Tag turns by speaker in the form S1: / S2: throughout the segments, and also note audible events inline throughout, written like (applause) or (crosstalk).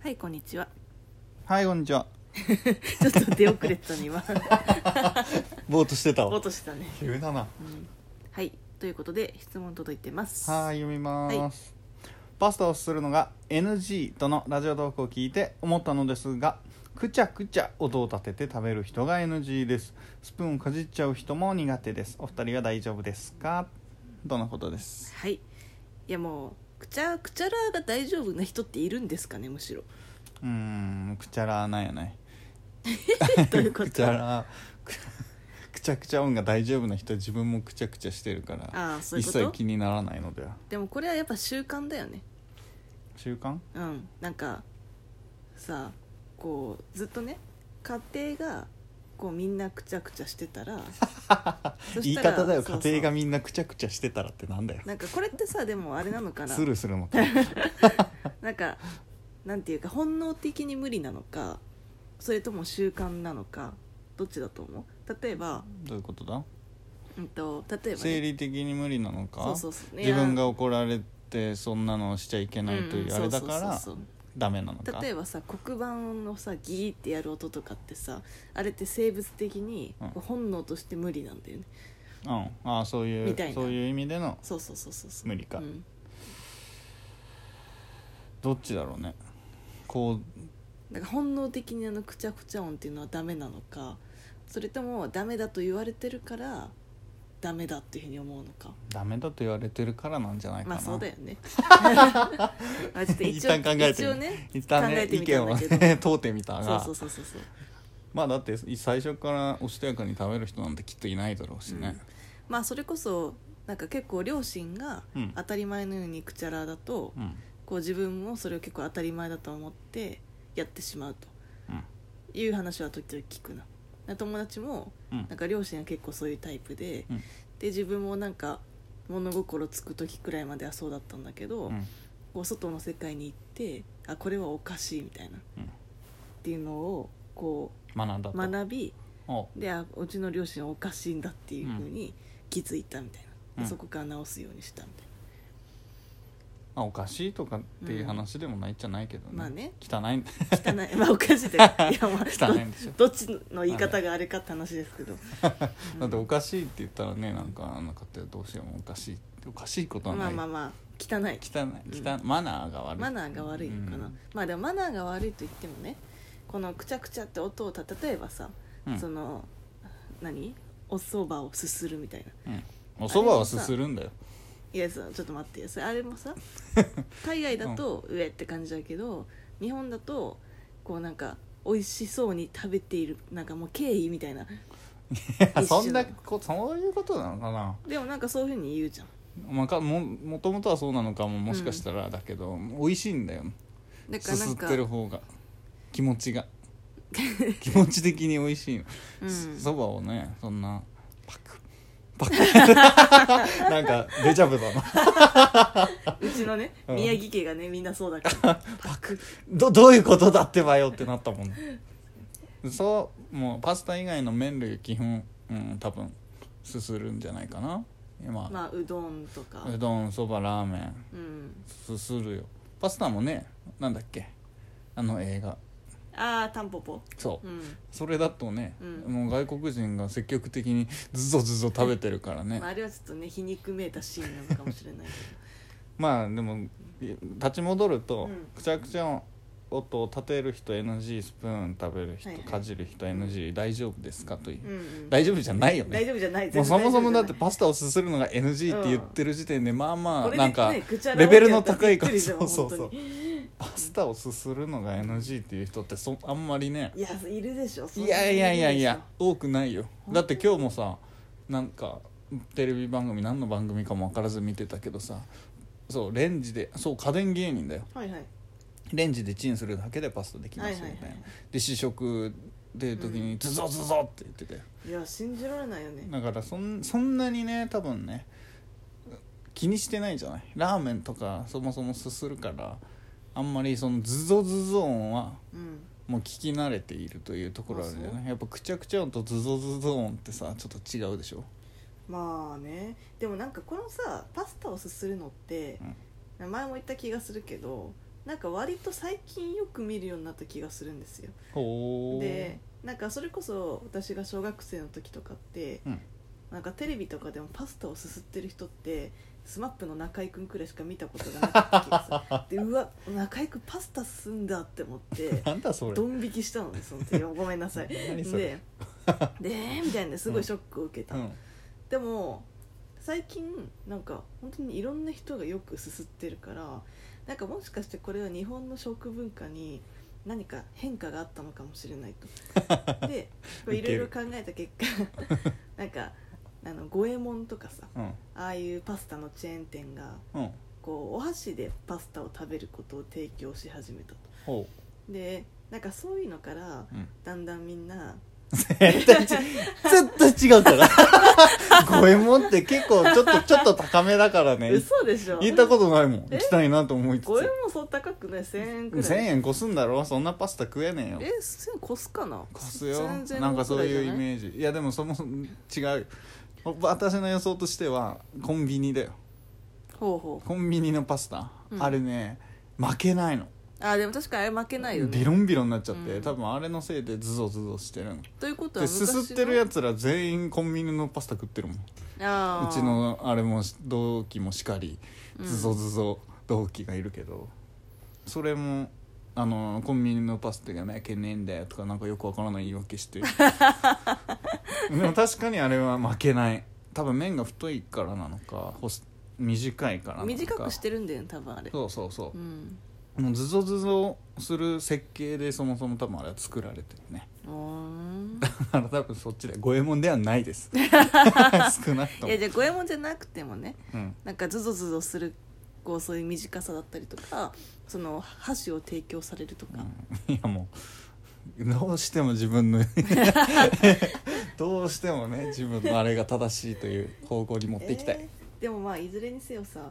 S1: はいこんにちは (laughs)
S2: はいこんにちは
S1: ちょっと出遅れてたね
S2: (laughs)
S1: 今
S2: ぼーっとしてた
S1: 落
S2: わ
S1: としたね、
S2: 急だなは
S1: うんはいということで質問届いてます
S2: ーい読みます、パスタをするのが NG とのラジオトークを聞いて思ったのですがくちゃくちゃ音を立てて食べる人が NG ですスプーンをかじっちゃう人も苦手ですお二人は大丈夫ですかとのことです
S1: はいいやもうくちゃくちゃらが大丈夫な人っているんですかねむしろ (laughs)
S2: うーんくちゃらーなんやない
S1: どういうこ
S2: く
S1: と
S2: ちゃらくくちゃくちゃ音が大丈夫な人は自分もくちゃくちゃしてるから
S1: ああそうい
S2: 一
S1: うこと
S2: 切気にならないのでは
S1: でもこれはやっぱ習慣だよね
S2: 習慣
S1: うんなんかさこうずっとね家庭がこうみんなくちゃくちゃしてた
S2: (laughs)
S1: らそ
S2: 言
S1: し
S2: い
S1: たら
S2: 方だよ
S1: そうそう
S2: 家庭がみんなくちゃくちゃしてたらってなんだよ
S1: なんかこれってさでもあれなのかな
S2: スルーするのか
S1: なんかなんていうか本能的に無理なのかそれとも習慣なのかどっちだと思う例えば、
S2: どういうことだ
S1: うん、と例えば、
S2: 生
S1: ね、
S2: 理的に無理なのか
S1: そうそうそう
S2: 自分
S1: い
S2: が
S1: や
S2: 怒られてそんなのをしちゃいけないというあれだか
S1: うんうん
S2: ら
S1: そうそうそうそう
S2: ダメなのか
S1: 例えばさ黒板のさギーってやる音とかってさあれって生物的に
S2: うん
S1: こう本能として無理なんだよね、
S2: うんああそうい
S1: み
S2: う
S1: たいな
S2: そういう意味での
S1: そうそうそうそうそう
S2: 無理か
S1: うん
S2: どっちだろうねこ
S1: なんか本能的にあのくちゃくちゃ音っていうのはダメなのかそれともダメだと言われてるからダメだっていうふうに思うのか
S2: うダメだと言われてるからなんじゃないかな、
S1: まあそうだよ
S2: (laughs)
S1: ねまあちょっと
S2: 一
S1: 一応
S2: 旦考えて
S1: 一応
S2: み
S1: ね
S2: 一旦
S1: 考
S2: ね
S1: えて
S2: 意
S1: みた
S2: 見
S1: ん
S2: を
S1: だけど
S2: (laughs) ね問うてみた
S1: そう
S2: が
S1: そうそうそうそう
S2: まあだって最初からおしとやかに食べる人なんてきっといないだろうしね、
S1: まあそれこそなんか結構両親が
S2: うん
S1: 当たり前のようにくちゃらだと、
S2: うん
S1: こう自分もそれを結構当たり前だと思ってやってしまう
S2: うん
S1: という話は時々聞くなな友達も
S2: うん
S1: なんか両親が結構そういうタイプで、
S2: うん
S1: で自分もなんか物心つく時くらいまではそうだったんだけど、
S2: うん
S1: こう外の世界に行ってあこれはおかしいみたいな、
S2: うん
S1: っていうのをこ
S2: 学んだ
S1: う
S2: と
S1: 学び
S2: おう
S1: であうちの両親はおかしいんだっていうふうに気づいたみたいな、で
S2: うん
S1: そこから直すようにしたみたい
S2: まあ、おかしいとかっていう話でもないじゃないけどね,、
S1: まあね
S2: 汚 (laughs) いん
S1: な汚いまあおかしいっていやまあ
S2: (laughs) 汚いんでしょ
S1: どどっちの言い方があれかって話ですけど、
S2: だっておかしいって言ったらねなんかあの方どうしようもおかしいおかしいことは
S1: ま
S2: な
S1: あ
S2: い、
S1: まあまあ汚い
S2: 汚い汚いマナーが悪い
S1: マナーが悪いのかな、
S2: うん
S1: まあでもマナーが悪いと言ってもねこのくちゃくちゃって音をた例えばさ、
S2: うん
S1: その何お蕎麦をすするみたいな
S2: うんお蕎麦はすするんだよ
S1: いやそうちょっと待ってよそれあれも
S2: (laughs)
S1: さ海外だと上って感じだけど、日本だとこうなんか美味しそうに食べているなんかもう敬意みたいない
S2: や
S1: 一緒
S2: そんなこそういうことなのかな、
S1: でもなんかそういうふうに言うじゃん
S2: まあ、かももともとはそうなのかももしかしたらだけど、美味しいんだよ
S1: だか
S2: す
S1: らな
S2: す
S1: ん
S2: っ
S1: か
S2: てる方が気持
S1: (laughs)
S2: ちが気持ち的に美味しいの
S1: うん
S2: そそばをねそんなパクパク
S1: (laughs)
S2: なんかデジャブだな
S1: うちのね
S2: うん
S1: 宮城家がねみんなそうだ
S2: (laughs)
S1: からパク
S2: どどういうことだってばよってなったもんそうもうパスタ以外の麺類基本、うん、多分すするんじゃないかな今、
S1: まあうどんとか
S2: うどんそばラーメン
S1: うん
S2: すするよパスタもねなんだっけあの映画
S1: ああタンポポ
S2: そう
S1: うん
S2: それだとね、
S1: う
S2: もう外国人が積極的にずぞずぞ食べてるからね
S1: まあ、あれはちょっとね皮肉めいたシーンなのかもしれないけ
S2: まあでもい立ち戻ると、
S1: うん
S2: くちゃくちゃの音を立てる人 NG スプーン食べる人、
S1: はいはい
S2: かじる人 NG 大丈夫ですかと (laughs) いう、
S1: ど、うんうん、
S2: 大丈夫じゃないよね
S1: 大丈夫じゃない
S2: もうそもそもだって
S1: 全然
S2: パスタをすするのが NG って言ってる時点で、まあま
S1: これ
S2: あ
S1: で
S2: なんか
S1: ねぐちゃら
S2: レベルの高い
S1: わけや
S2: 感じ
S1: ったらび
S2: そう
S1: っく
S2: そ
S1: りだ
S2: うそ
S1: よ
S2: うパスタをすするのが NG っていう人ってそあんまりね
S1: 本当にいやいるでしょそん
S2: い
S1: なの
S2: やいやいやい
S1: る
S2: や
S1: でし
S2: 多くないよ
S1: 本当
S2: だって今日もさなんかテレビ番組何の番組かも分からず見てたけどさそうレンジでそう家電芸人だよ
S1: ょはいはい
S2: レンジでチンするだけでパスタできますよ
S1: はい
S2: み
S1: はい
S2: た
S1: はい
S2: いなで試食で時
S1: う
S2: に「ズゾズゾ」って言ってたよ
S1: いや信じられないよね
S2: だからそんそんなにね多分ね気にしてないじゃないラーメンとかそもそもすするからあんまりそのズゾズゾ音は
S1: うん
S2: もう聞き慣れているというところあるじゃ
S1: あそ
S2: ないやっぱくちゃくちゃ音とズゾズゾ音ってさちょっと違うでしょ
S1: まあねでもなんかこのさパスタをすするのって、前も言った気がするけどなんか割と最近よく見るようになった気がするんですよ
S2: ほう
S1: でなんかそれこそ私が小学生の時とかって
S2: うん (laughs)
S1: なんかテレビとかでもパスタをすすってる人ってスマップの中居君くらいしか見たことがなかった気がするでうわ中居君パスタすんだって思って
S2: なんだそれ
S1: ドン引きしたのでその時
S2: (laughs)
S1: はごめんなさい
S2: 何
S1: で
S2: それ
S1: で
S2: (laughs)
S1: みたいなすごいショックを受けた、
S2: うん
S1: でも最近なんか本当にいろんな人がよくすすってるからなんかもしかしてこれは日本の食文化に何か変化があったのかもしれないと
S2: (laughs)
S1: でこういろいろ考えた結果なんかあの五右衛門とかさ
S2: うん
S1: ああいうパスタのチェーン店が
S2: うん
S1: こうお箸でパスタを食べることを提供し始めたと
S2: ほ
S1: でなんかそういうのから
S2: う、うん、
S1: だんだんみんな
S2: 絶対絶対違うから (laughs) 五右衛門って結構ちょっとちょっと高めだからね
S1: 嘘でしょ
S2: 行ったことないもん
S1: え
S2: 行きたいなと思いつつ
S1: 五右衛門そう高くない1000円くらい
S2: 1000円越すんだろそんなパスタ食えねえよ
S1: え千円越すかな
S2: 越すよ
S1: 全然
S2: なんかそういうイ
S1: ージ
S2: メージいやでもそもそも違う私の予想としてはコンビニだよ
S1: ほうほ
S2: コンビニのパスタ、
S1: うん
S2: あれね負けないの
S1: うあでも確かにあれ負けないよね
S2: ビロンビロンになっちゃって、
S1: うん
S2: 多分あれのせいでズドズドしてるの
S1: ということは
S2: で
S1: 昔の
S2: すすってるやつら全員コンビニのパスタ食ってるもんう
S1: あー
S2: ちのあれも同期もしかり
S1: うん
S2: ズゾズゾ同期がいるけど、それもあのコンビニのパスタが負けねえんだよとかなんかよくわからない言い訳して
S1: (laughs)
S2: でも確かにあれは負けない多分麺が太いからなのかほし短いからなのか
S1: 短くしてるんだよね多分あれ
S2: そうそうそう
S1: う、ん
S2: もうズゾズゾする設計でそもそも多分あれは作られてるね
S1: うー
S2: (laughs)
S1: ん
S2: だから多分そっちで五右衛門ではないです
S1: (laughs)
S2: 少なくと
S1: い
S2: も
S1: やじゃあ五右衛門じゃなくてもね
S2: うん
S1: なんかズゾズゾするこうそういう短さだったりとかその箸を提供されるとか、
S2: うんいやもうどうしても自分の (laughs) どうしてもね自分のあれが正しいという方向に持っていきたい、
S1: えーでもまあいずれにせよさ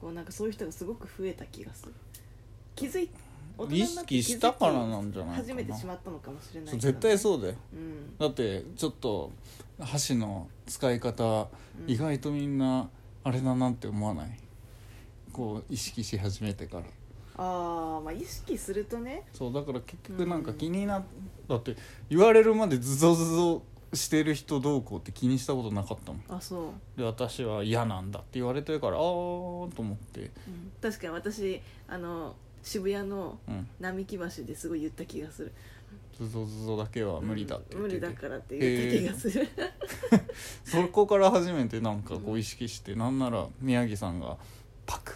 S1: こうなんかそういう人がすごく増えた気がする気づい大人になって気づき
S2: 意識したからなんじゃないかな
S1: 始めてしまったのかもしれ
S2: うん
S1: ない
S2: そう
S1: けどね
S2: 絶対そうだよ
S1: うん
S2: だってちょっと箸の使い方
S1: うん
S2: 意外とみんなあれだなって思わないこう意識し始めてから
S1: ああまあ意識するとね
S2: そうだから結局なんか気になっだって言われるまでズゾズゾしてる人どうこうって気にしたことなかったもん
S1: あそう、
S2: で私は嫌なんだって言われてるからああと思って
S1: うん確かに私あの渋谷の
S2: うん
S1: 並木橋ですごい言った気がする
S2: ズゾズゾだけは無理だって
S1: うん
S2: 言
S1: 無
S2: って
S1: 理だ
S2: て、
S1: からって言った気がする、
S2: そこから初めてなんかこう意識して、なんなら宮城さんがパク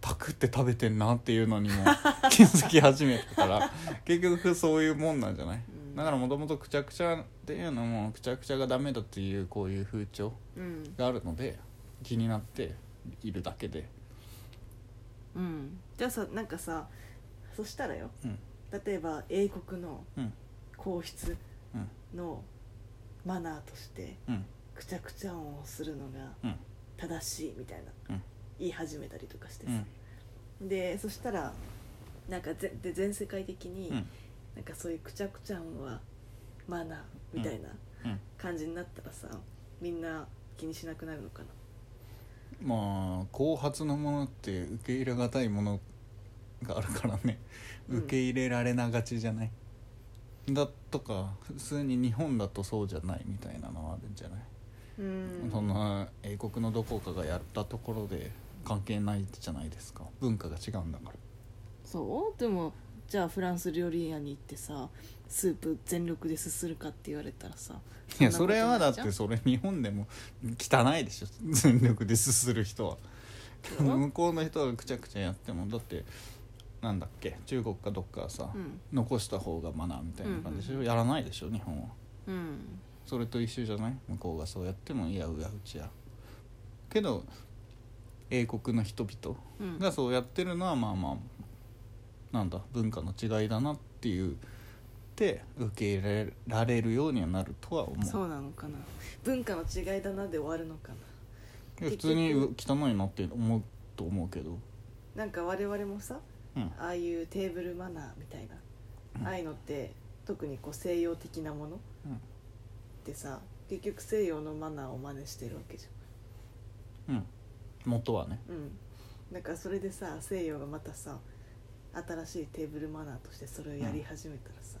S2: パクって食べてんなっていうのにも気づき始めたから結局そういうもんなんじゃない、
S1: うん
S2: だからもともとくちゃくちゃっていうのもくちゃくちゃがダメだっていうこういう風潮
S1: うん
S2: があるので気になっているだけで、
S1: うんじゃあさなんかさそしたらよ
S2: うん
S1: 例えば英国の
S2: うん
S1: 皇室
S2: うん
S1: のマナーとして
S2: うん
S1: くちゃくちゃ音をするのが
S2: うん
S1: 正しいみたいな、
S2: うん
S1: 言い始めたりとかして
S2: う
S1: さ
S2: ん、
S1: でそしたらなんかぜで全世界的に、
S2: うん
S1: なんかそういうくちゃくちゃ音はマナーみたいな
S2: うん
S1: 感じになったらさ、みんな気にしなくなるのかな
S2: まあ後発のものって受け入れがたいものがあるからね
S1: うん
S2: 受け入れられながちじゃない、だとか普通に日本だとそうじゃないみたいなのはあるんじゃない、
S1: うーん
S2: そんな英国のどこかがやったところで関係ないじゃないですか文化が違うんだから
S1: そうでもじゃあフランス料理屋に行ってさスープ全力ですするかって言われたらさ
S2: いやそれはだ
S1: そ
S2: っ
S1: ん
S2: て
S1: なこ
S2: それ日本でも汚いでしょ全力ですする人は
S1: そう
S2: 向こうの人がくちゃくちゃやってもだってなんだっけ中国かどっかはさ、
S1: うん
S2: 残した方がマナーみたいな感じでしょ、やらないでしょ日本は
S1: うん
S2: それと一緒じゃない向こうがそうやってもいやうやうちやけど英国の人々
S1: うん
S2: がそうやってるのはまあまあなんだ文化の違いだなっていうで受け入れられるようにはなるとは思う
S1: そうなのかな文化の違いだなで終わるのかない
S2: や普通にう汚いなって思うと思うけど、
S1: なんか我々もさ
S2: うん、
S1: ああいうテーブルマナーみたいな、ああいうのって特にこう西洋的なもの
S2: うん
S1: ってさ結局西洋のマナーを真似してるわけじ
S2: うん、元はね
S1: ゃんうんなんかそれでさ西洋がまたさ新しいテーブルマナーとしてそれをやり始めたらさ、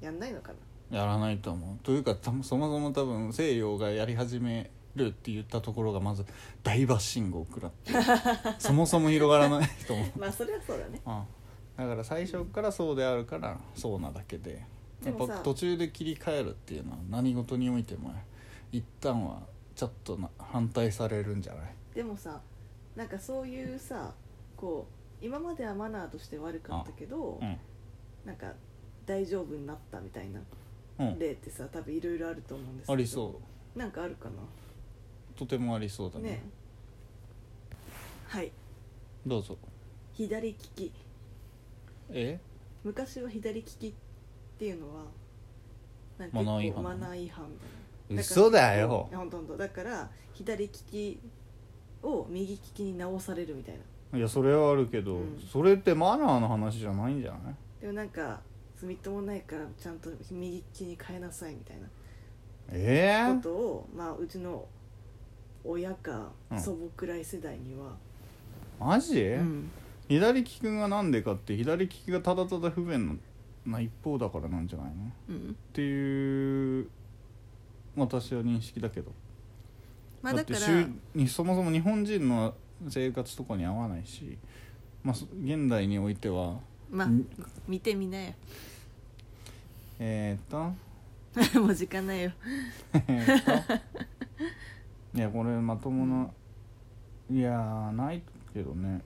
S1: やんないのかな
S2: やらないと思うというかたそもそも多分西洋がやり始めるって言ったところがまず大バッシングを食らって
S1: (laughs)
S2: そもそも広がらないと思う、
S1: まあそれはそうだね
S2: うんだから最初からそうであるからそうなだけで
S1: で
S2: やっ
S1: もさ
S2: ぱ途中で切り替えるっていうのは何事においても一旦はちょっとな反対されるんじゃない
S1: でもさなんかそういうさこう今まではマナーとして悪かったけど、なんか大丈夫になったみたいな
S2: うん、うん、
S1: 例ってさ多分いろいろあると思うんですけど
S2: ありそう
S1: なんかあるか
S2: うとてもありそうだ
S1: な
S2: ね
S1: ねはい
S2: どうぞ
S1: 左利き
S2: え
S1: 昔は左利きっていうのはなんか
S2: マナー違
S1: 結構
S2: 反
S1: マナー違反みたいな
S2: 嘘だ
S1: から
S2: よ
S1: うんほんとほんとだから左利きを右利きに直されるみたいない
S2: やそれはあるけど、
S1: うん
S2: それってマナーの話じゃないんじゃない
S1: でもなんかみっともないからちゃんと右利きに変えなさいみたいな
S2: ええ
S1: ことを、まあ、うちの親か
S2: うん
S1: 祖母くらい世代には、
S2: マジ、
S1: うん
S2: 左利きがなんでかって左利きがただただ不便な一方だからなんじゃないのっ
S1: うん
S2: ていう私は認識だけど、
S1: まあ、だから
S2: って週にそもそも日本人の生活とかに合わないし、まあ、そ現代においては
S1: まあ
S2: ん
S1: 見てみなよ (laughs)
S2: えー、っと
S1: もう時間ないよ
S2: えーっと (laughs) いやこれまともな、いやーないけどね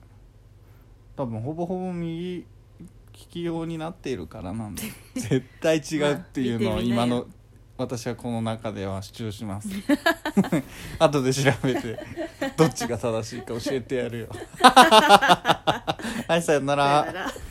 S2: 多分ほぼほぼ右利き用になっているからな
S1: (laughs)
S2: んで絶対違うっていう
S1: ま
S2: の
S1: あ
S2: を
S1: 見てみな
S2: 今
S1: よ
S2: の私はこの中では主張します (laughs) 後で調べ
S1: (laughs)
S2: てどっちが正しいか教えてやるよはいさよな
S1: さよ
S2: ら
S1: なら